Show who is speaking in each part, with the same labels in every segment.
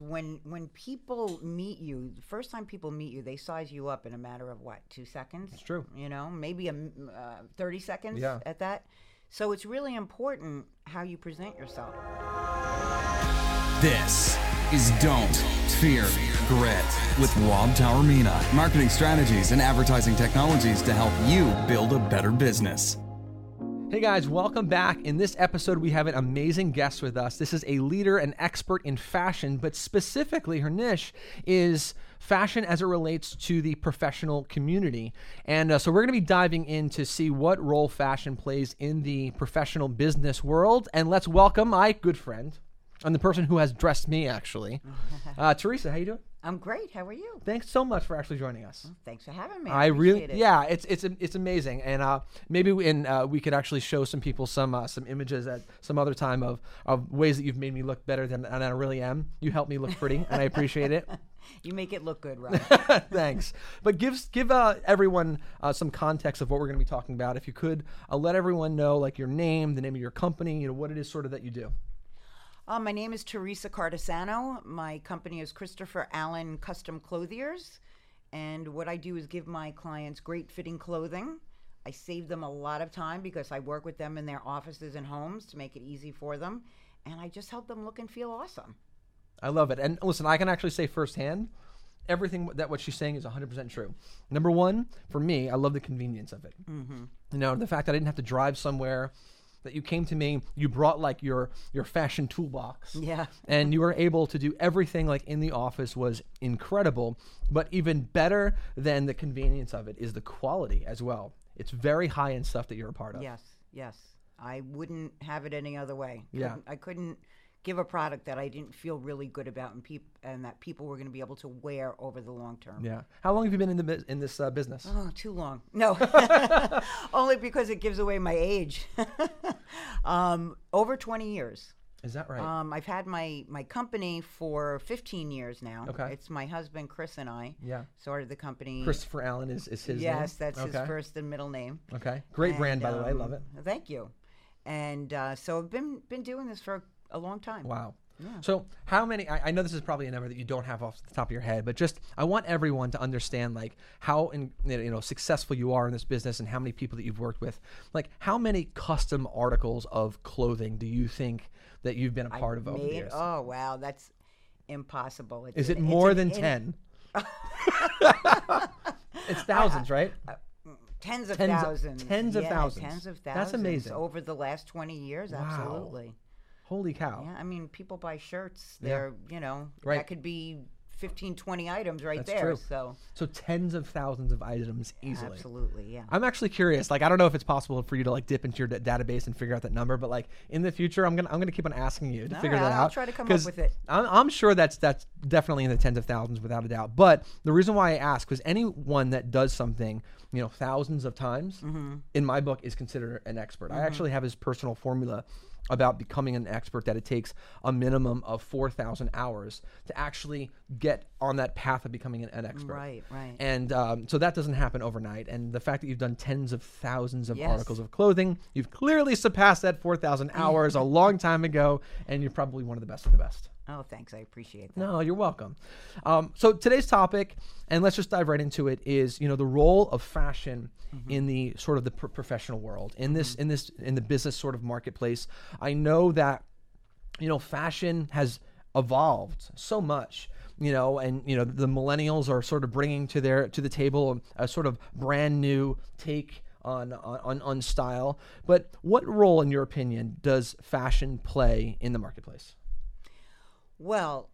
Speaker 1: when when people meet you the first time people meet you they size you up in a matter of what two seconds
Speaker 2: It's true.
Speaker 1: you know maybe a m- uh, 30 seconds
Speaker 2: Yeah.
Speaker 1: at that so it's really important how you present yourself
Speaker 3: This is Don't Fear Grit with Rob Taormina. Marketing strategies and advertising technologies to help you build a better business.
Speaker 2: Hey guys, welcome back. In this episode, we have an amazing guest with us. This is a leader and expert in fashion, but specifically her niche is fashion as it relates to the professional community. And uh, so we're going to be diving in to see what role fashion plays in the professional business world. And let's welcome my good friend and the person who has dressed me actually, uh, Teresa. How you doing?
Speaker 1: i'm great how are you
Speaker 2: Thanks so much for actually joining us.
Speaker 1: thanks for having me
Speaker 2: I really,
Speaker 1: appreciate it.
Speaker 2: yeah, it's it's it's amazing, and uh, maybe we- and uh, we could actually show some people some uh, some images at some other time of of ways that you've made me look better than, than I really am. You helped me look pretty, and I appreciate it.
Speaker 1: you make it look good right
Speaker 2: Thanks. But give give uh, everyone uh, some context of what we're going to be talking about. If you could, uh, let everyone know like your name, the name of your company, you know what it is sort of that you do.
Speaker 1: Uh, my name is Teresa Cardisano. My company is Christopher Allen Custom Clothiers. And what I do is give my clients great fitting clothing. I save them a lot of time because I work with them in their offices and homes to make it easy for them. And I just help them look and feel awesome.
Speaker 2: I love it. And listen, I can actually say firsthand, everything that what she's saying is 100% true. Number one, for me, I love the convenience of it. Mm-hmm. You know, the fact that I didn't have to drive somewhere, that you came to me, you brought like your your fashion toolbox.
Speaker 1: Yeah.
Speaker 2: And you were able to do everything like in the office was incredible. But even better than the convenience of it is the quality as well. It's very high end stuff that you're a part of.
Speaker 1: Yes, yes. I wouldn't have it any other way.
Speaker 2: Yeah.
Speaker 1: Couldn't- I couldn't give a product that I didn't feel really good about and, peop- and that people were going to be able to wear over the long term.
Speaker 2: Yeah. How long have you been in the bus- in this uh, business?
Speaker 1: Oh, too long. No, only because it gives away my age. um, over 20 years.
Speaker 2: Is that right?
Speaker 1: Um, I've had my, my company for 15 years now.
Speaker 2: Okay.
Speaker 1: It's my husband, Chris, and I
Speaker 2: Yeah.
Speaker 1: started the company.
Speaker 2: Christopher Allen is, is his name.
Speaker 1: yes, that's
Speaker 2: Okay.
Speaker 1: his first and middle name.
Speaker 2: Okay. Great brand, by
Speaker 1: And,
Speaker 2: the way. I love
Speaker 1: um,
Speaker 2: it.
Speaker 1: Thank you. And uh, so I've been, been doing this for a long time.
Speaker 2: Wow. So, how many? I, I know this is probably a number that you don't have off the top of your head, but just I want everyone to understand like how in, you know successful you are in this business and how many people that you've worked with. Like, how many custom articles of clothing do you think that you've been a part of over the
Speaker 1: Made-
Speaker 2: years?
Speaker 1: oh, wow. That's impossible. It's
Speaker 2: is
Speaker 1: an-
Speaker 2: it
Speaker 1: it's
Speaker 2: more
Speaker 1: an
Speaker 2: than
Speaker 1: in-
Speaker 2: ten? it's thousands, right?
Speaker 1: Tens of
Speaker 2: Tens of-
Speaker 1: thousands.
Speaker 2: tens of
Speaker 1: Yeah,
Speaker 2: thousands.
Speaker 1: Tens of
Speaker 2: That's
Speaker 1: thousands.
Speaker 2: amazing.
Speaker 1: Over the last 20 years, absolutely.
Speaker 2: Holy cow!
Speaker 1: Yeah, I mean, people buy shirts. They're, you know,
Speaker 2: Right.
Speaker 1: that could be 15, 20 items right
Speaker 2: That's
Speaker 1: there.
Speaker 2: true.
Speaker 1: So,
Speaker 2: So tens of thousands of items easily.
Speaker 1: absolutely, yeah.
Speaker 2: I'm actually curious. Like, I don't know if it's possible for you to like dip into your d- database and figure out that number, but like in the future, I'm gonna I'm gonna keep on asking you to
Speaker 1: All
Speaker 2: figure
Speaker 1: right,
Speaker 2: that out.
Speaker 1: I'll try to come up
Speaker 2: 'cause
Speaker 1: with it.
Speaker 2: I'm, I'm sure that's that's definitely in the tens of thousands without a doubt. But the reason why I ask was anyone that does something, you know, thousands of times,
Speaker 1: Mm-hmm.
Speaker 2: in my book, is considered an expert. I actually have his personal formula about becoming an expert that it takes a minimum of 4,000 hours to actually get on that path of becoming an, an expert.
Speaker 1: Right, right.
Speaker 2: And um, so that doesn't happen overnight. And the fact that you've done tens of thousands of
Speaker 1: Yes.
Speaker 2: articles of clothing, you've clearly surpassed that 4,000 hours a long time ago, and you're probably one of the best of the best.
Speaker 1: Oh, thanks. I appreciate that.
Speaker 2: No, you're welcome. Um, so today's topic, and let's just dive right into it, is you know the role of fashion in the sort of the pro- professional world in this in this in the business sort of marketplace. I know that you know fashion has evolved so much you know and you know the millennials are sort of bringing to their to the table a sort of brand new take on on on style but what role in your opinion does fashion play in the marketplace
Speaker 1: Well,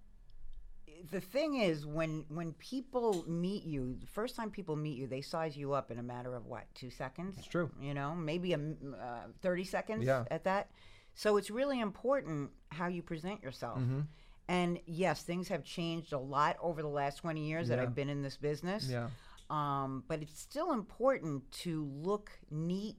Speaker 1: the thing is, when when people meet you, the first time people meet you, they size you up in a matter of what, two seconds? That's
Speaker 2: true.
Speaker 1: You know, maybe a m- uh, thirty seconds
Speaker 2: Yeah.
Speaker 1: at that. So it's really important how you present yourself.
Speaker 2: Mm-hmm.
Speaker 1: And yes, things have changed a lot over the last twenty years that I've been in this business.
Speaker 2: Yeah.
Speaker 1: Um, but it's still important to look neat,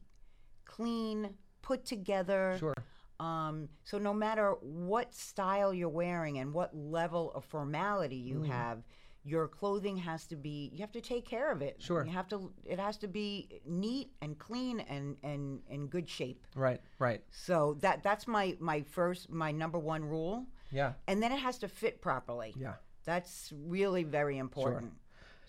Speaker 1: clean, put together.
Speaker 2: Sure.
Speaker 1: Um, so no matter what style you're wearing and what level of formality you
Speaker 2: Mm-hmm.
Speaker 1: have, your clothing has to be. You have to take care of it.
Speaker 2: Sure.
Speaker 1: You have to. It has to be neat and clean and and in good shape.
Speaker 2: right right
Speaker 1: So that that's my my first my number one rule.
Speaker 2: Yeah.
Speaker 1: And then it has to fit properly.
Speaker 2: Yeah.
Speaker 1: That's really very important.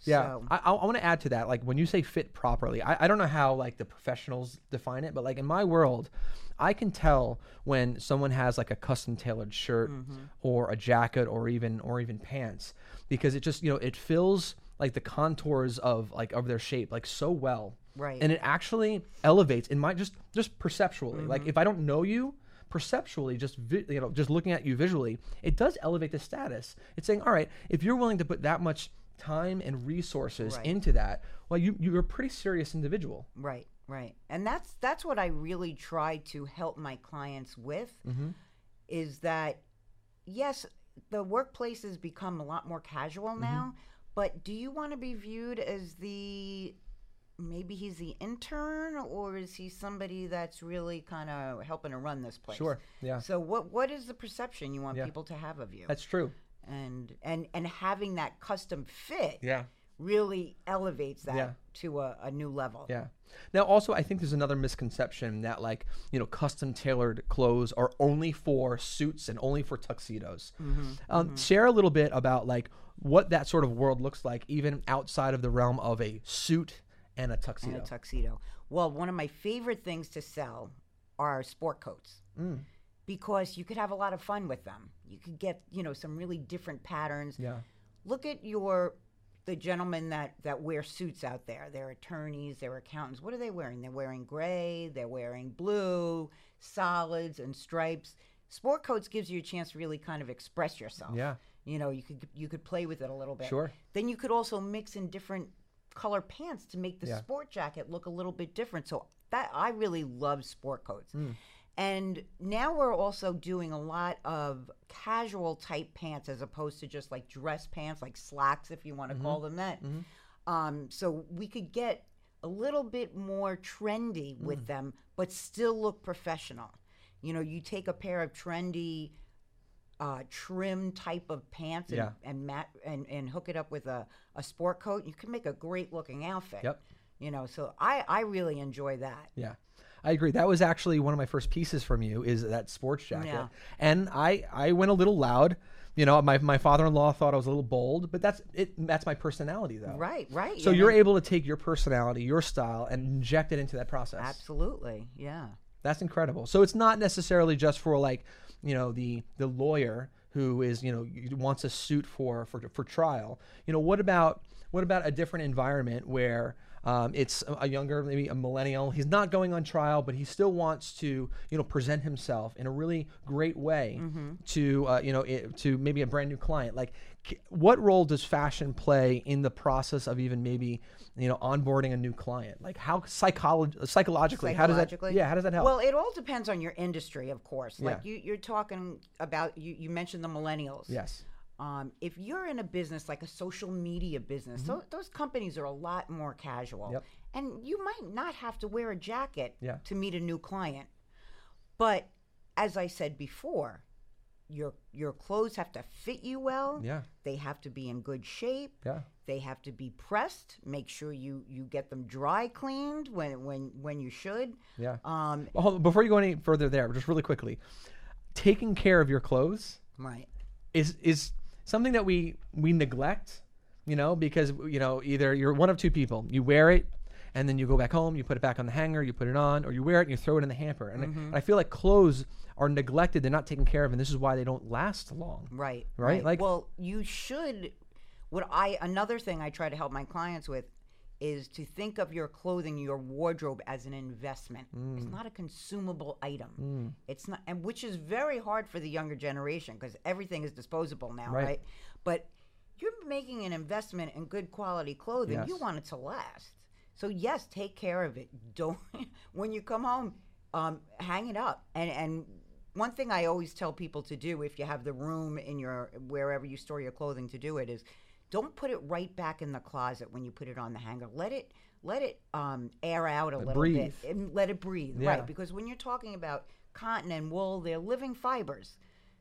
Speaker 2: Yeah,
Speaker 1: So-
Speaker 2: I, I want to add to that. Like when you say fit properly, I, I don't know how like the professionals define it, but like in my world, I can tell when someone has like a custom tailored shirt
Speaker 1: Mm-hmm.
Speaker 2: or a jacket or even or even pants because it just you know it fills like the contours of like of their shape like so well,
Speaker 1: Right.
Speaker 2: And it actually elevates in my just just perceptually. Like if I don't know you, perceptually just vi- you know just looking at you visually it does elevate the status it's saying all right if you're willing to put that much time and resources
Speaker 1: Right.
Speaker 2: into that well you you're a pretty serious individual
Speaker 1: Right, right. And that's that's what I really try to help my clients with
Speaker 2: Mm-hmm.
Speaker 1: is that yes, the workplace has become a lot more
Speaker 2: Mm-hmm.
Speaker 1: casual now, but do you want to be viewed as the maybe he's the intern or is he somebody that's really kind of helping to run this place?
Speaker 2: Sure, yeah.
Speaker 1: So what what is the perception you want
Speaker 2: Yeah.
Speaker 1: people to have of you?
Speaker 2: that's true
Speaker 1: and and and having that custom fit
Speaker 2: yeah
Speaker 1: really elevates that
Speaker 2: Yeah.
Speaker 1: to a, a new level.
Speaker 2: yeah now also i think there's another misconception that like you know custom tailored clothes are only for suits and only for tuxedos
Speaker 1: Mm-hmm.
Speaker 2: um, share a little bit about like what that sort of world looks like even outside of the realm of a suit and a tuxedo
Speaker 1: and a tuxedo. Well, one of my favorite things to sell are sport coats
Speaker 2: Mm.
Speaker 1: because you could have a lot of fun with them. You could get you know some really different patterns.
Speaker 2: yeah
Speaker 1: Look at your the gentlemen that that wear suits out there. They're attorneys. They're accountants. What are they wearing? They're wearing gray. They're wearing blue solids and stripes. Sport coats gives you a chance to really kind of express yourself.
Speaker 2: Yeah.
Speaker 1: You know, you could you could play with it a little bit.
Speaker 2: Sure.
Speaker 1: Then you could also mix in different color pants to make the
Speaker 2: Yeah.
Speaker 1: sport jacket look a little bit different. So that I really love sport coats.
Speaker 2: Hmm.
Speaker 1: And now we're also doing a lot of casual type pants as opposed to just like dress pants, like slacks if you want
Speaker 2: Mm-hmm.
Speaker 1: to call them that. Um, so we could get a little bit more trendy with
Speaker 2: Mm.
Speaker 1: them, but still look professional. You know, you take a pair of trendy uh, trim type of pants and,
Speaker 2: Yeah.
Speaker 1: and mat and, and hook it up with a, a sport coat, you can make a great looking outfit.
Speaker 2: Yep.
Speaker 1: You know, so I, I really enjoy that.
Speaker 2: Yeah. I agree. That was actually one of my first pieces from you is that sports jacket.
Speaker 1: Yeah.
Speaker 2: And I I went a little loud. You know, my, my father-in-law thought I was a little bold, but that's it that's my personality though.
Speaker 1: Right, right.
Speaker 2: So
Speaker 1: you
Speaker 2: you're
Speaker 1: know?
Speaker 2: able to take your personality, your style and inject it into that process.
Speaker 1: absolutely, yeah.
Speaker 2: That's incredible. So it's not necessarily just for like, you know, the the lawyer who is, you know, y- wants a suit for for for trial. You know, what about what about a different environment where um, it's a- a younger, maybe a millennial. He's not going on trial, but he still wants to, you know, present himself in a really great way to, uh, you know, it, to maybe a brand new client. Like, c- what role does fashion play in the process of even maybe, you know, onboarding a new client? Like, how psycholo- psychologically, how does that?
Speaker 1: Psychologically?
Speaker 2: Yeah, how does that help?
Speaker 1: Well, it all depends on your industry, of course. Like
Speaker 2: Yeah.
Speaker 1: you, you're talking about you, you mentioned the millennials.
Speaker 2: Yes.
Speaker 1: Um, if you're in a business like a social media business, tho- those companies are a lot more casual.
Speaker 2: Mm-hmm. Yep.
Speaker 1: And you might not have to wear a jacket
Speaker 2: Yeah.
Speaker 1: to meet a new client. But as I said before, your your clothes have to fit you well.
Speaker 2: Yeah.
Speaker 1: They have to be in good shape.
Speaker 2: Yeah.
Speaker 1: They have to be pressed. Make sure you you get them dry cleaned when when when you should.
Speaker 2: Yeah.
Speaker 1: Um,
Speaker 2: Well, hold on, before you go any further there, just really quickly, taking care of your clothes
Speaker 1: right.
Speaker 2: is is something that we we neglect, you know, because you know either you're one of two people, you wear it. And then you go back home, you put it back on the hanger, you put it on, or you wear it and you throw it in the hamper. And, I,
Speaker 1: Mm-hmm.
Speaker 2: and I feel like clothes are neglected; they're not taken care of, and this is why they don't last long.
Speaker 1: Right.
Speaker 2: Right? Like-
Speaker 1: well, you should. What I another thing I try to help my clients with is to think of your clothing, your wardrobe as an investment.
Speaker 2: Mm.
Speaker 1: It's not a consumable item. It's not, and which is very hard for the younger generation because everything is disposable now,
Speaker 2: Right.
Speaker 1: right? But you're making an investment in good quality clothing. You
Speaker 2: Yes.
Speaker 1: want it to last. So yes, take care of it. Don't when you come home, um, hang it up. And and one thing I always tell people to do if you have the room in your wherever you store your clothing to do it is don't put it right back in the closet when you put it on the hanger. Let it let it um, air out a little
Speaker 2: breathe.
Speaker 1: bit and let it breathe.
Speaker 2: Yeah.
Speaker 1: Right, because when you're talking about cotton and wool, they're living fibers.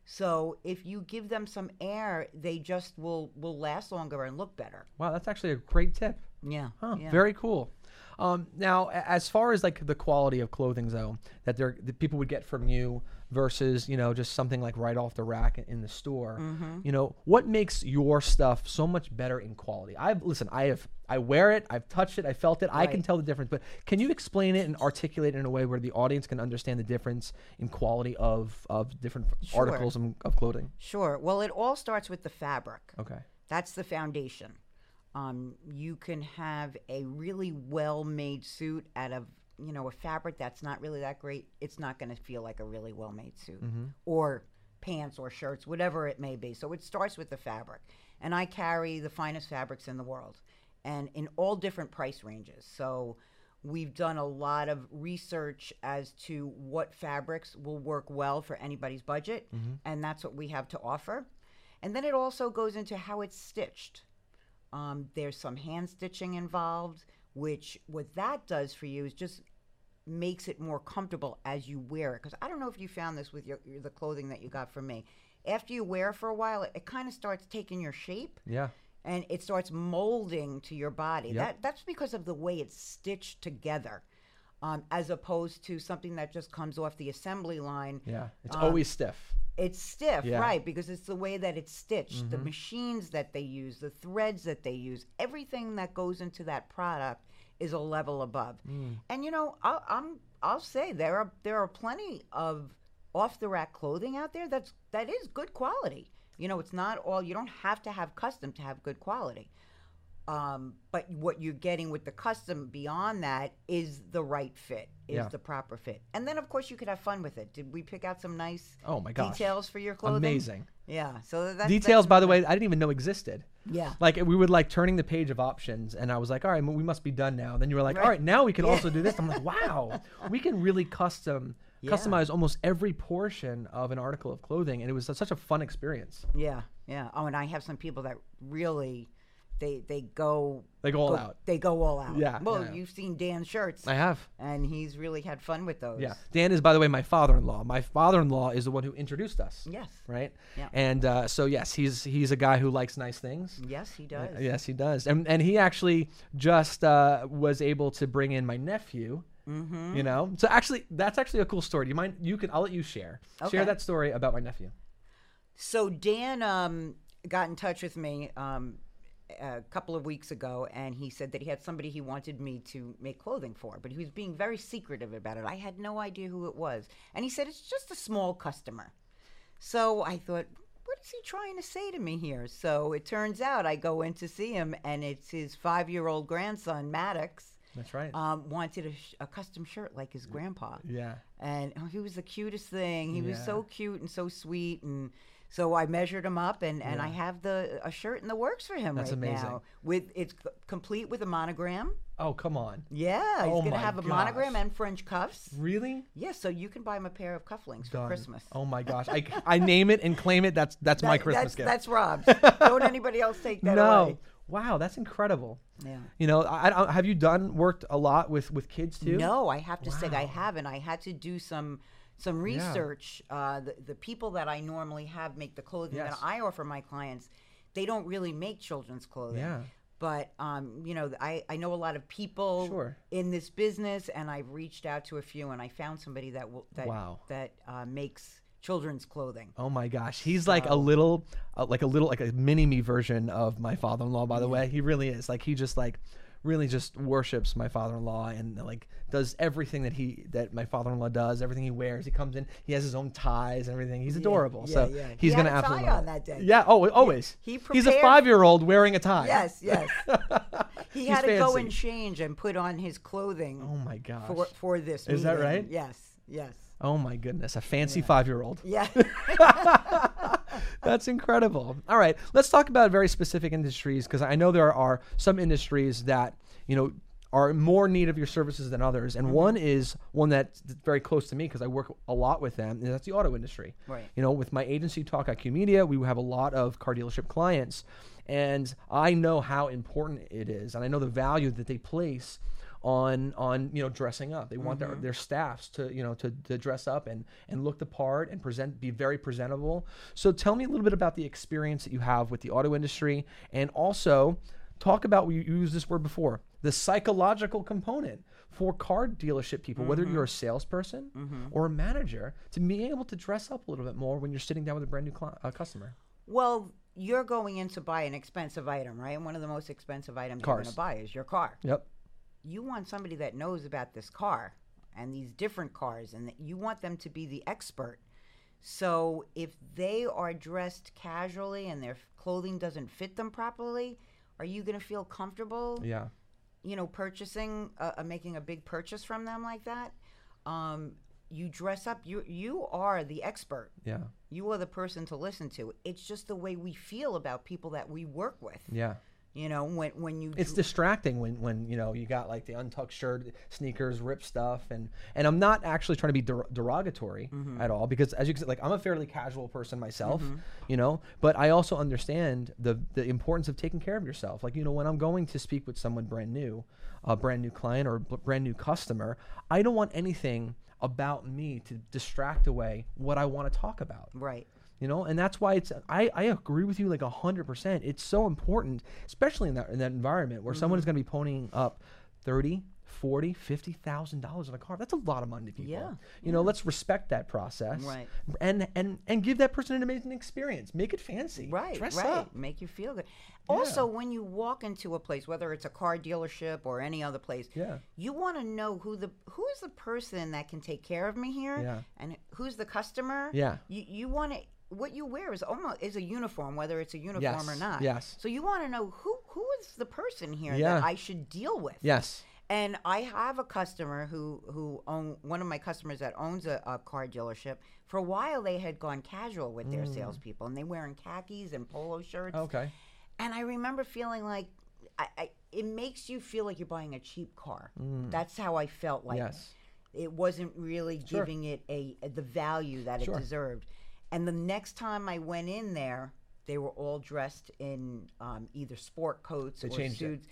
Speaker 1: So if you give them some air, they just will will last longer and look better.
Speaker 2: Wow, that's actually a great tip.
Speaker 1: Yeah.
Speaker 2: Huh,
Speaker 1: yeah.
Speaker 2: Very cool. Um, now, a- as far as like the quality of clothing, though, that they're, that people would get from you versus you know just something like right off the rack in the store. You know what makes your stuff so much better in quality? I've listen, I have I wear it, I've touched it, I felt it, I can tell the difference. But can you explain it and articulate it in a way where the audience can understand the difference in quality of of different articles and- of clothing?
Speaker 1: Sure. Well, it all starts with the fabric.
Speaker 2: Okay.
Speaker 1: That's the foundation. Um, you can have a really well-made suit out of you know a fabric that's not really that great. It's not going to feel like a really well-made suit or pants or shirts, whatever it may be. So it starts with the fabric, and I carry the finest fabrics in the world, and in all different price ranges. So we've done a lot of research as to what fabrics will work well for anybody's budget, and that's what we have to offer. And then it also goes into how it's stitched. Um, there's some hand stitching involved, which what that does for you is just makes it more comfortable as you wear it. Because I don't know if you found this with your, your the clothing that you got from me. After you wear it for a while, it, it kind of starts taking your shape
Speaker 2: Yeah.
Speaker 1: and it starts molding to your body. That that's because of the way it's stitched together, um, as opposed to something that just comes off the assembly line.
Speaker 2: Yeah. It's always stiff.
Speaker 1: It's stiff,
Speaker 2: Yeah.
Speaker 1: right? Because it's the way that it's stitched, the machines that they use, the threads that they use, everything that goes into that product is a level above. And you know, I'll, I'm I'll say there are there are plenty of off the rack clothing out there that's that is good quality. You know, it's not all you don't have to have custom to have good quality. Um, but what you're getting with the custom beyond that is the right fit, is
Speaker 2: Yeah.
Speaker 1: the proper fit, and then of course you could have fun with it. Did we pick out some nice
Speaker 2: Oh my gosh.
Speaker 1: details for your clothing?
Speaker 2: Amazing.
Speaker 1: Yeah. So that- that's
Speaker 2: Details, by the way, I didn't even know existed.
Speaker 1: Yeah.
Speaker 2: Like we would like turning the page of options, and I was like, "All right, we must be done now." Then you were like, "All right, now we can also do this." I'm like, "Wow, we can really custom customize almost every portion of an article of clothing," and it was such a fun experience.
Speaker 1: Yeah, yeah. Oh, and I have some people that really, they they go
Speaker 2: They go all out.
Speaker 1: They go all out.
Speaker 2: Yeah,
Speaker 1: Well,
Speaker 2: yeah.
Speaker 1: you've seen Dan's shirts,
Speaker 2: I have.
Speaker 1: and he's really had fun with those.
Speaker 2: Yeah. Dan is, by the way, my father-in-law. My father-in-law is the one who introduced us.
Speaker 1: Yes.
Speaker 2: Right.
Speaker 1: Yeah.
Speaker 2: And uh, so yes, he's he's a guy who likes nice things.
Speaker 1: Yes, he does.
Speaker 2: Yes, he does. And and he actually just uh, was able to bring in my nephew.
Speaker 1: Mm-hmm.
Speaker 2: You know, so actually, that's actually a cool story. Do you mind? You can. I'll let you share share
Speaker 1: Okay.
Speaker 2: that story about my nephew.
Speaker 1: So Dan um, got in touch with me um, a couple of weeks ago, and he said that he had somebody he wanted me to make clothing for, but he was being very secretive about it. I had no idea who it was, and he said it's just a small customer. So I thought, what is he trying to say to me here? So it turns out I go in to see him, and it's his five-year-old grandson Maddox.
Speaker 2: That's right.
Speaker 1: Um, wanted a, sh- a custom shirt like his grandpa
Speaker 2: yeah.
Speaker 1: and oh, he was the cutest thing. He was
Speaker 2: Yeah.
Speaker 1: so cute and so sweet, and so I measured him up, and, and I have the a shirt in the works for him
Speaker 2: That's
Speaker 1: right
Speaker 2: amazing.
Speaker 1: now. With it's c- complete with a monogram.
Speaker 2: Oh come on.
Speaker 1: Yeah, he's
Speaker 2: Oh
Speaker 1: gonna
Speaker 2: my
Speaker 1: have a monogram
Speaker 2: gosh.
Speaker 1: and French cuffs.
Speaker 2: Really?
Speaker 1: Yes, so you can buy him a pair of cufflinks for
Speaker 2: Done.
Speaker 1: Christmas.
Speaker 2: Oh my gosh. I, I name it and claim it. That's that's my
Speaker 1: That- that's,
Speaker 2: Christmas gift.
Speaker 1: That's Rob's. Don't anybody else take that
Speaker 2: no.
Speaker 1: away.
Speaker 2: Wow, that's incredible.
Speaker 1: Yeah.
Speaker 2: You know, I, I don't- have you done worked a lot with with kids too?
Speaker 1: No, I have to say I
Speaker 2: Wow.
Speaker 1: haven't. I had to do some some research. Uh, the, the people that I normally have make the clothing
Speaker 2: Yes.
Speaker 1: that I offer my clients, they don't really make children's clothing.
Speaker 2: Yeah.
Speaker 1: But um, you know, I, I know a lot of people
Speaker 2: Sure.
Speaker 1: in this business, and I've reached out to a few, and I found somebody that will, that
Speaker 2: Wow.
Speaker 1: that uh, makes children's clothing.
Speaker 2: Oh my gosh, he's like a little, uh, like a little, like a mini me version of my father-in-law. By the way, he really is. Like he just like, really just worships my father-in-law and like does everything that he that my father-in-law does. Everything he wears, he comes in, he has his own ties and everything. He's adorable.
Speaker 1: yeah,
Speaker 2: so
Speaker 1: yeah. He
Speaker 2: he's
Speaker 1: had
Speaker 2: gonna
Speaker 1: a tie
Speaker 2: absolutely
Speaker 1: on
Speaker 2: love
Speaker 1: that
Speaker 2: it.
Speaker 1: day.
Speaker 2: Yeah, oh, always.
Speaker 1: he
Speaker 2: he's a
Speaker 1: prepared-
Speaker 2: five-year-old wearing a tie.
Speaker 1: Yes, yes. he had to
Speaker 2: He's
Speaker 1: go
Speaker 2: fancy.
Speaker 1: and change and put on his clothing.
Speaker 2: Oh my gosh.
Speaker 1: for for this.
Speaker 2: Is that
Speaker 1: meeting.
Speaker 2: right?
Speaker 1: Yes, yes.
Speaker 2: Oh my goodness, a fancy five-year-old.
Speaker 1: Yeah.
Speaker 2: That's incredible. All right, let's talk about very specific industries because I know there are some industries that you know are in more need of your services than others, and one is one that's very close to me because I work a lot with them, and that's the auto industry.
Speaker 1: Right.
Speaker 2: You know, with my agency Talk IQ Media, we have a lot of car dealership clients, and I know how important it is, and I know the value that they place on on you know dressing up. They want their, their staffs to you know to, to dress up and and look the part and present be very presentable. So tell me a little bit about the experience that you have with the auto industry and also talk about we used this word before the psychological component for car dealership people, whether you're a salesperson or a manager, to be able to dress up a little bit more when you're sitting down with a brand new cli uh, customer.
Speaker 1: Well, you're going in to buy an expensive item, right? And one of the most expensive items you're going
Speaker 2: Cars.
Speaker 1: to buy is your car.
Speaker 2: Yep.
Speaker 1: You want somebody that knows about this car and these different cars, and that you want them to be the expert. So if they are dressed casually and their clothing doesn't fit them properly, are you going to feel comfortable?
Speaker 2: Yeah.
Speaker 1: you know, purchasing, uh, uh, making a big purchase from them like that, um, you dress up. You you are the expert.
Speaker 2: Yeah.
Speaker 1: You are the person to listen to. It's just the way we feel about people that we work with.
Speaker 2: Yeah.
Speaker 1: You know, when when you
Speaker 2: it's distracting when when you know you got like the untucked shirt sneakers ripped stuff and and i'm not actually trying to be der- derogatory at all because as you can see like i'm a fairly casual person myself you know but i also understand the the importance of taking care of yourself like you know when i'm going to speak with someone brand new a brand new client or a b- brand new customer i don't want anything about me to distract away what i want to talk about
Speaker 1: right.
Speaker 2: you know and that's why it's i, I agree with you like 100% it's so important especially in that in that environment where someone is
Speaker 1: Mm-hmm.
Speaker 2: going to be ponying up 30 40 50000 dollars on a car that's a lot of money to people
Speaker 1: Yeah,
Speaker 2: you know let's respect that process
Speaker 1: Right.
Speaker 2: and and and give that person an amazing experience make it fancy
Speaker 1: Right,
Speaker 2: dress
Speaker 1: right.
Speaker 2: up
Speaker 1: Make you feel good. Also, when you walk into a place, whether it's a car dealership or any other place,
Speaker 2: Yeah.
Speaker 1: you want to know who the who is the person that can take care of me here,
Speaker 2: Yeah.
Speaker 1: and who's the customer.
Speaker 2: Yeah.
Speaker 1: you you want to what you wear is almost is a uniform, whether it's a uniform or
Speaker 2: Yes,
Speaker 1: not.
Speaker 2: yes.
Speaker 1: So you want to know who who is the person here
Speaker 2: Yeah.
Speaker 1: that I should deal with.
Speaker 2: yes
Speaker 1: And I have a customer who who own one of my customers that owns a, a car dealership. For a while, they had gone casual with their
Speaker 2: Hmm.
Speaker 1: salespeople, and they wearing khakis and polo shirts.
Speaker 2: okay
Speaker 1: And I remember feeling like, I, I it makes you feel like you're buying a cheap car. That's how I felt like.
Speaker 2: Hmm. Yes.
Speaker 1: It wasn't really giving it a, the value that
Speaker 2: Sure.
Speaker 1: it deserved. And the next time I went in there, they were all dressed in um, either sport coats or
Speaker 2: changed it.
Speaker 1: suits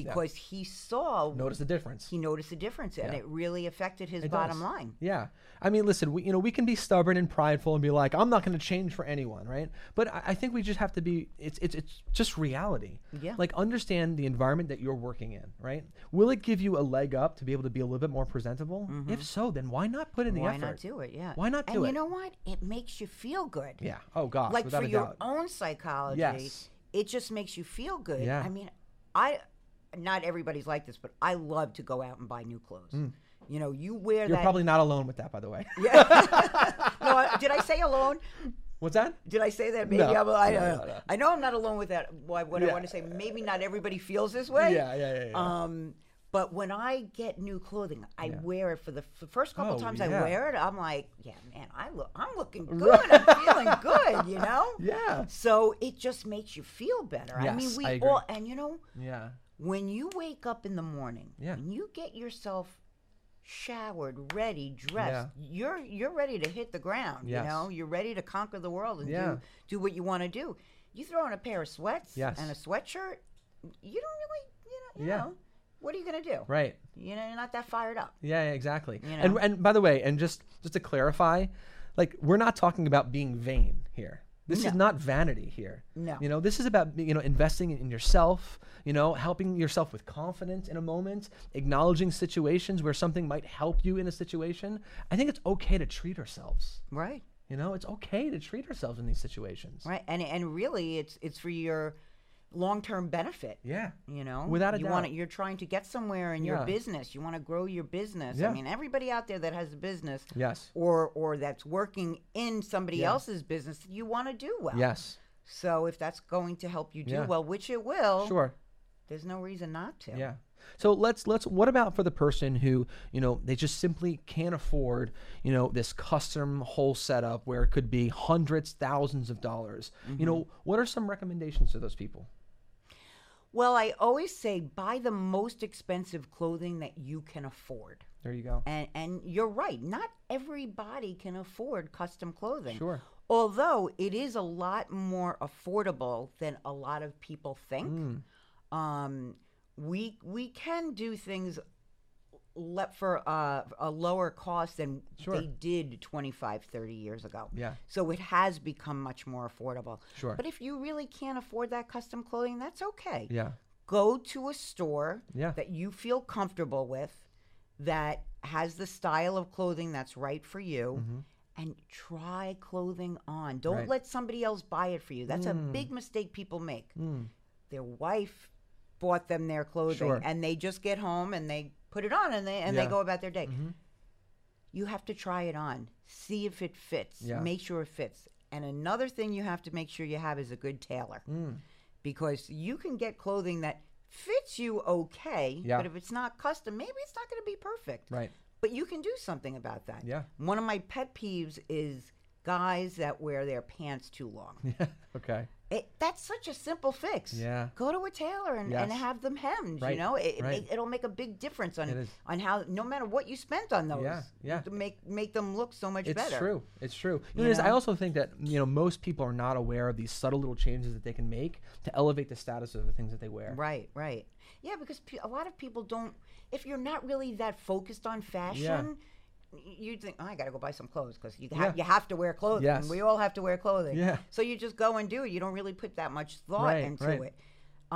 Speaker 1: because he saw
Speaker 2: notice the difference
Speaker 1: he noticed a difference and it really affected his bottom
Speaker 2: does.
Speaker 1: line.
Speaker 2: Yeah, I mean, listen, we, you know, we can be stubborn and prideful and be like, "I'm not going to change for anyone," right? But I, I think we just have to be. It's it's it's just reality.
Speaker 1: Yeah.
Speaker 2: Like understand the environment that you're working in, right? Will it give you a leg up to be able to be a little bit more presentable? If so, then why not put in the
Speaker 1: Mm-hmm. Why
Speaker 2: effort?
Speaker 1: not do it? Yeah.
Speaker 2: Why not
Speaker 1: and
Speaker 2: do
Speaker 1: you
Speaker 2: it?
Speaker 1: know what? It makes you feel good.
Speaker 2: Yeah. Oh gosh.
Speaker 1: like
Speaker 2: without
Speaker 1: for
Speaker 2: a
Speaker 1: your
Speaker 2: doubt.
Speaker 1: own psychology,
Speaker 2: Yes.
Speaker 1: it just makes you feel good.
Speaker 2: Yeah.
Speaker 1: I mean, I not everybody's like this, but I love to go out and buy new clothes. You know, you wear
Speaker 2: Mm. You're
Speaker 1: that.
Speaker 2: probably not alone with that, by the way.
Speaker 1: no, I- did I say alone?
Speaker 2: What's that?
Speaker 1: Did I say that? Maybe
Speaker 2: No,
Speaker 1: I'm, I,
Speaker 2: no,
Speaker 1: uh,
Speaker 2: no, no.
Speaker 1: I know I'm not alone with that. Why? What
Speaker 2: Yeah.
Speaker 1: I want to say, maybe not everybody feels this way.
Speaker 2: Yeah, yeah, yeah, yeah.
Speaker 1: Um, but when I get new clothing, I wear it for the f- first couple
Speaker 2: Oh,
Speaker 1: times
Speaker 2: yeah.
Speaker 1: I wear it. I'm like, yeah, man, I look, I'm looking good. I'm feeling good, you know.
Speaker 2: Yeah.
Speaker 1: So it just makes you feel better. I mean,
Speaker 2: Yes,
Speaker 1: we
Speaker 2: I agree.
Speaker 1: all, and you know,
Speaker 2: Yeah.
Speaker 1: when you wake up in the morning,
Speaker 2: Yeah.
Speaker 1: when you get yourself showered, ready, dressed, you're you're ready to hit the ground.
Speaker 2: Yes.
Speaker 1: You know, you're ready to conquer the world and
Speaker 2: Yeah.
Speaker 1: do do what you want to do. You throw on a pair of sweats
Speaker 2: Yes.
Speaker 1: and a sweatshirt, you don't really, you know, you
Speaker 2: Yeah.
Speaker 1: know what are you gonna do?
Speaker 2: Right.
Speaker 1: You know, you're not that fired up.
Speaker 2: Yeah, yeah, exactly.
Speaker 1: You
Speaker 2: And
Speaker 1: know?
Speaker 2: and by the way, and just just to clarify, like we're not talking about being vain here. This is
Speaker 1: No.
Speaker 2: not vanity here.
Speaker 1: No.
Speaker 2: You know, this is about you know investing in yourself. You know, helping yourself with confidence in a moment, acknowledging situations where something might help you in a situation. I think it's okay to treat ourselves.
Speaker 1: Right.
Speaker 2: You know, it's okay to treat ourselves in these situations.
Speaker 1: Right. And and really it's it's for your long term benefit.
Speaker 2: Yeah.
Speaker 1: You know,
Speaker 2: Without a
Speaker 1: you want
Speaker 2: doubt.
Speaker 1: it, you're trying to get somewhere in
Speaker 2: Yeah.
Speaker 1: your business. You want to grow your business.
Speaker 2: Yeah.
Speaker 1: I mean, everybody out there that has a business,
Speaker 2: Yes.
Speaker 1: or or that's working in somebody else's business, you want to do well.
Speaker 2: Yes.
Speaker 1: So if that's going to help you do
Speaker 2: Yeah.
Speaker 1: well, which it will,
Speaker 2: Sure.
Speaker 1: There's no reason not to.
Speaker 2: Yeah. So let's let's what about for the person who, you know, they just simply can't afford, you know, this custom whole setup where it could be hundreds, thousands of dollars. You know, what are some recommendations to those people?
Speaker 1: Well, I always say buy the most expensive clothing that you can afford.
Speaker 2: There you go.
Speaker 1: And and you're right, not everybody can afford custom clothing.
Speaker 2: Sure.
Speaker 1: Although it is a lot more affordable than a lot of people think.
Speaker 2: Hmm.
Speaker 1: Um we we can do things le- for uh, a lower cost than
Speaker 2: Sure.
Speaker 1: they did 25 30 years ago.
Speaker 2: Yeah.
Speaker 1: So it has become much more affordable.
Speaker 2: Sure.
Speaker 1: But if you really can't afford that custom clothing, that's okay
Speaker 2: Yeah.
Speaker 1: Go to a store
Speaker 2: Yeah.
Speaker 1: that you feel comfortable with, that has the style of clothing that's right for you, and try clothing on. Don't
Speaker 2: Mm-hmm. Right. Mm.
Speaker 1: let somebody else buy it for you. That's a big mistake people make. Their wife bought them their clothing,
Speaker 2: Sure.
Speaker 1: and they just get home and they put it on and they and
Speaker 2: Yeah. Mm-hmm.
Speaker 1: they go about their day. You have to try it on, see if it fits,
Speaker 2: Yeah.
Speaker 1: make sure it fits. And another thing you have to make sure you have is a good tailor,
Speaker 2: Mm,
Speaker 1: because you can get clothing that fits you okay,
Speaker 2: Yeah.
Speaker 1: but if it's not custom, maybe it's not going to be perfect.
Speaker 2: Right.
Speaker 1: But you can do something about that.
Speaker 2: Yeah.
Speaker 1: One of my pet peeves is guys that wear their pants too long.
Speaker 2: okay.
Speaker 1: It, that's such a simple fix.
Speaker 2: Yeah.
Speaker 1: Go to a tailor and, and
Speaker 2: Yes.
Speaker 1: have them hemmed.
Speaker 2: Right,
Speaker 1: You know, it,
Speaker 2: right.
Speaker 1: it, will make a big difference
Speaker 2: It
Speaker 1: on
Speaker 2: is.
Speaker 1: on how no matter what you spent on those,
Speaker 2: Yeah, yeah.
Speaker 1: to make make them look so much
Speaker 2: It's
Speaker 1: better.
Speaker 2: true. It's true. You know, it is- I
Speaker 1: know?
Speaker 2: also think that you know most people are not aware of these subtle little changes that they can make to elevate the status of the things that they wear.
Speaker 1: Right, right. Yeah, because pe- a lot of people don't. If you're not really that focused on fashion, y you think oh, I got to go buy some clothes because you ha-
Speaker 2: Yeah.
Speaker 1: you have to wear clothing.
Speaker 2: Yes.
Speaker 1: We all have to wear clothing.
Speaker 2: Yeah.
Speaker 1: So you just go and do it. You don't really put that much thought
Speaker 2: Right,
Speaker 1: into
Speaker 2: right.
Speaker 1: it.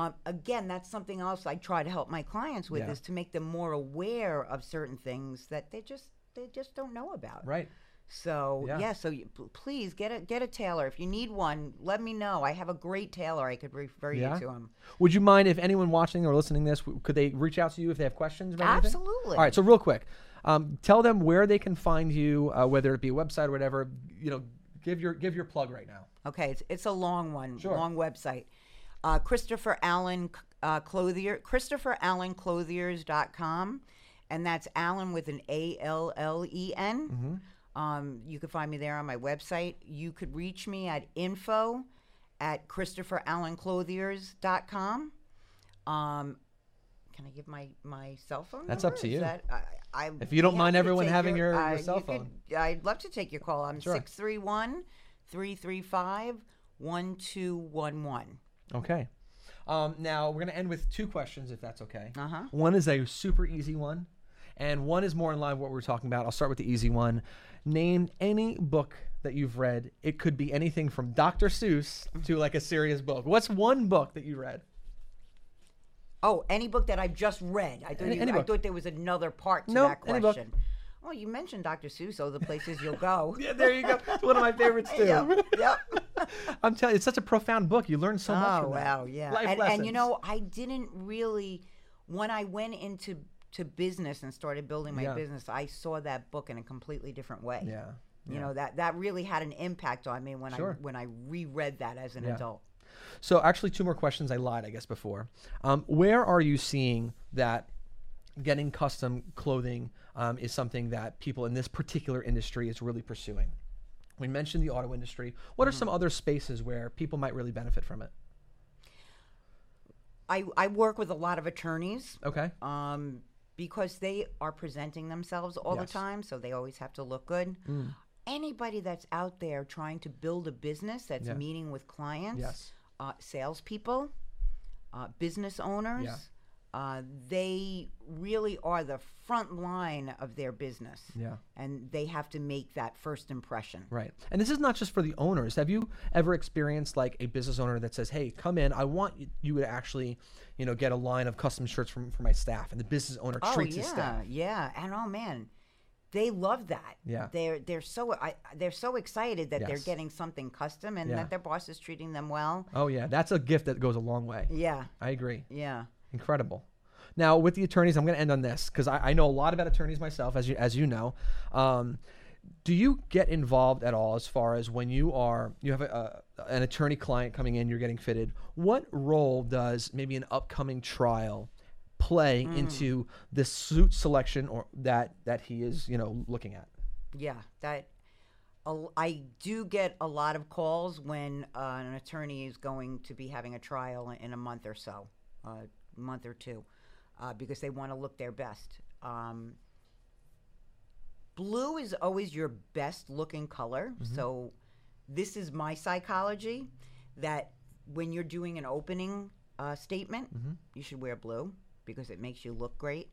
Speaker 1: Um, again, that's something else I try to help my clients with
Speaker 2: Yeah.
Speaker 1: is to make them more aware of certain things that they just they just don't know about.
Speaker 2: Right.
Speaker 1: So
Speaker 2: Yeah.
Speaker 1: yeah, so you, p- please get a get a tailor if you need one. Let me know. I have a great tailor I could refer
Speaker 2: Yeah.
Speaker 1: you to him.
Speaker 2: Would you mind if anyone watching or listening to this w- could they reach out to you if they have questions? About anything?
Speaker 1: Absolutely.
Speaker 2: All right. So real quick, um, tell them where they can find you, uh, whether it be a website or whatever. You know, give your give your plug right now.
Speaker 1: Okay, it's, it's a long one,
Speaker 2: Sure.
Speaker 1: long website. Uh, Christopher Allen C- uh, Clothier, ChristopherAllenClothiers.com, and that's Allen with an A L L E N.
Speaker 2: Mm-hmm.
Speaker 1: Um, you can find me there on my website. You could reach me at info at ChristopherAllenClothiers.com. Um, can I give my, my cell phone?
Speaker 2: That's up
Speaker 1: number?
Speaker 2: to
Speaker 1: Is
Speaker 2: you.
Speaker 1: that- I, I, I'd
Speaker 2: If you don't
Speaker 1: be
Speaker 2: mind
Speaker 1: happy to
Speaker 2: everyone
Speaker 1: take
Speaker 2: having your- your
Speaker 1: uh,
Speaker 2: cell
Speaker 1: you could- I'd love to take your call. I'm
Speaker 2: Sure.
Speaker 1: 631 335 1211.
Speaker 2: Okay. Um, now we're gonna end with two questions, if that's okay.
Speaker 1: Uh-huh.
Speaker 2: One is a super easy one, and one is more in line with what we we're talking about. I'll start with the easy one. Name any book that you've read. It could be anything from Dr. Seuss to like a serious book. What's one book that you read?
Speaker 1: Oh, any book that I've just read. I thought,
Speaker 2: Any-
Speaker 1: you,
Speaker 2: any
Speaker 1: I
Speaker 2: book.
Speaker 1: thought there was another part to
Speaker 2: Nope,
Speaker 1: that
Speaker 2: any book.
Speaker 1: question. Well, you mentioned Dr. Seuss, the places you'll go.
Speaker 2: Yeah, there you go. It's one of my favorites too.
Speaker 1: Yep. yep.
Speaker 2: I'm telling you, it's such a profound book. You learn so much.
Speaker 1: Oh,
Speaker 2: from that.
Speaker 1: wow. Yeah.
Speaker 2: Life
Speaker 1: And,
Speaker 2: lessons.
Speaker 1: and you know, I didn't really, when I went into to business and started building my
Speaker 2: Yeah.
Speaker 1: business, I saw that book in a completely different way.
Speaker 2: Yeah.
Speaker 1: You know that that really had an impact on me when
Speaker 2: Sure.
Speaker 1: I when I reread that as an
Speaker 2: Yeah.
Speaker 1: adult.
Speaker 2: So actually, two more questions. I lied, I guess, before. Um, where are you seeing that getting custom clothing um, is something that people in this particular industry is really pursuing? We mentioned the auto industry. What are some other spaces where people might really benefit from it?
Speaker 1: I, I work with a lot of attorneys
Speaker 2: Okay.
Speaker 1: um, because they are presenting themselves all
Speaker 2: Yes. Mm.
Speaker 1: the time, so they always have to look good. Anybody that's out there trying to build a business that's
Speaker 2: Yeah.
Speaker 1: meeting with clients,
Speaker 2: Yes.
Speaker 1: uh, salespeople, uh, business owners, uh, they really are the front line of their business.
Speaker 2: Yeah.
Speaker 1: And they have to make that first impression.
Speaker 2: Right. And this is not just for the owners. Have you ever experienced like a business owner that says, "Hey, come in. I want y- you to actually, you know, get a line of custom shirts from for my staff." And the business owner treats
Speaker 1: Oh, yeah,
Speaker 2: his staff.
Speaker 1: Yeah, and oh man, they love that.
Speaker 2: Yeah.
Speaker 1: they're they're so I, they're so excited that they're
Speaker 2: Yes.
Speaker 1: getting something custom and
Speaker 2: Yeah.
Speaker 1: that their boss is treating them well.
Speaker 2: Oh yeah, that's a gift that goes a long way.
Speaker 1: Yeah,
Speaker 2: I agree.
Speaker 1: yeah.
Speaker 2: Incredible. Now with the attorneys, I'm going to end on this because I, I know a lot about attorneys myself, as you as you know. Um, do you get involved at all as far as when you are you have a, a, an attorney client coming in, you're getting fitted? What role does maybe an upcoming trial play into the suit selection or that that he is you know looking at?
Speaker 1: Yeah, that a l- I do get a lot of calls when uh, an attorney is going to be having a trial in- in a month or so, a month or two, uh, because they want to look their best. Um, blue is always your best looking color.
Speaker 2: Mm-hmm.
Speaker 1: So, this is my psychology that when you're doing an opening uh, statement,
Speaker 2: Mm-hmm.
Speaker 1: you should wear blue because it makes you look great.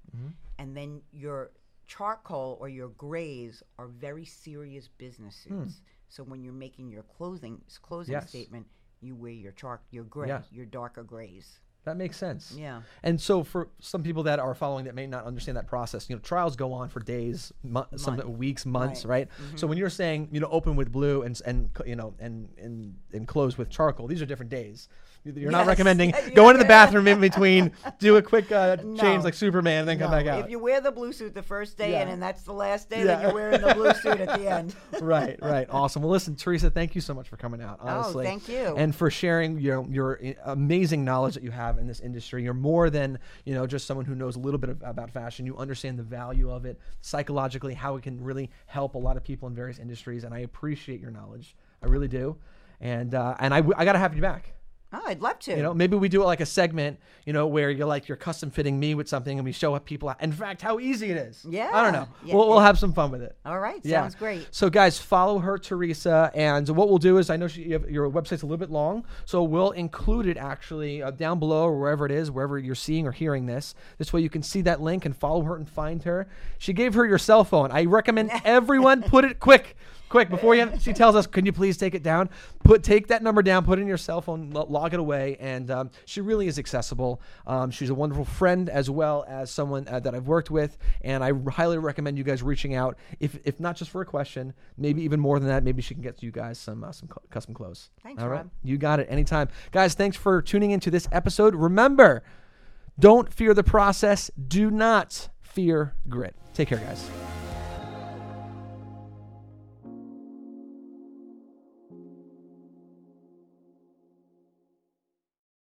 Speaker 1: And then your charcoal or your grays are very serious business suits. So, when you're making your clothing closing
Speaker 2: Hmm. Yes.
Speaker 1: statement, you wear your char your gray,
Speaker 2: Yeah.
Speaker 1: your darker grays.
Speaker 2: That makes sense.
Speaker 1: Yeah.
Speaker 2: And so for some people that are following that may not understand that process, you know, trials go on for days, mo- some weeks, months, right?
Speaker 1: Mm-hmm.
Speaker 2: So when you're saying, you know, open with blue and s- and c- you know and and and close with charcoal, these are different days. You're not
Speaker 1: Yes.
Speaker 2: recommending
Speaker 1: You're
Speaker 2: go into the
Speaker 1: not-
Speaker 2: bathroom in between, do a quick uh, change
Speaker 1: No.
Speaker 2: like Superman, and then come
Speaker 1: No,
Speaker 2: back out.
Speaker 1: If you wear the blue suit the first day
Speaker 2: Yeah.
Speaker 1: and then that's the last day,
Speaker 2: Yeah.
Speaker 1: then you're wearing the blue suit at the end.
Speaker 2: right, right. Awesome. Well, listen, Teresa, thank you so much for coming out. Honestly,
Speaker 1: Oh, thank you.
Speaker 2: and for sharing your your i- amazing knowledge that you have in this industry. You're more than you know just someone who knows a little bit of, about fashion. You understand the value of it psychologically, how it can really help a lot of people in various industries. And I appreciate your knowledge. I really do. And uh, and I, w- I got to have you back.
Speaker 1: Oh, I'd love to.
Speaker 2: You know, maybe we do it like a segment, you know, where you're like you're custom fitting me with something, and we show up people. In fact, how easy it is. I don't
Speaker 1: Yeah.
Speaker 2: know.
Speaker 1: Yeah.
Speaker 2: We'll, we'll have some fun with it.
Speaker 1: All right,
Speaker 2: Yeah.
Speaker 1: sounds great.
Speaker 2: So guys, follow her, Teresa, and what we'll do is I know she, you have, your website's a little bit long, so we'll include it actually uh, down below or wherever it is, wherever you're seeing or hearing this. This way you can see that link and follow her and find her. She gave her your cell phone. I recommend everyone put it quick. Quick before you, she tells us, can you please take it down? Put take that number down. Put it in your cell phone. lo- Log it away. And um, she really is accessible. Um, she's a wonderful friend as well as someone uh, that I've worked with. And I highly recommend you guys reaching out, if if not just for a question, maybe even more than that. Maybe she can get you guys some uh, some cu- custom clothes.
Speaker 1: Thanks, Rob.
Speaker 2: You got it. Anytime, guys. Thanks for tuning into this episode. Remember, don't fear the process. Do not fear grit. Take care, guys.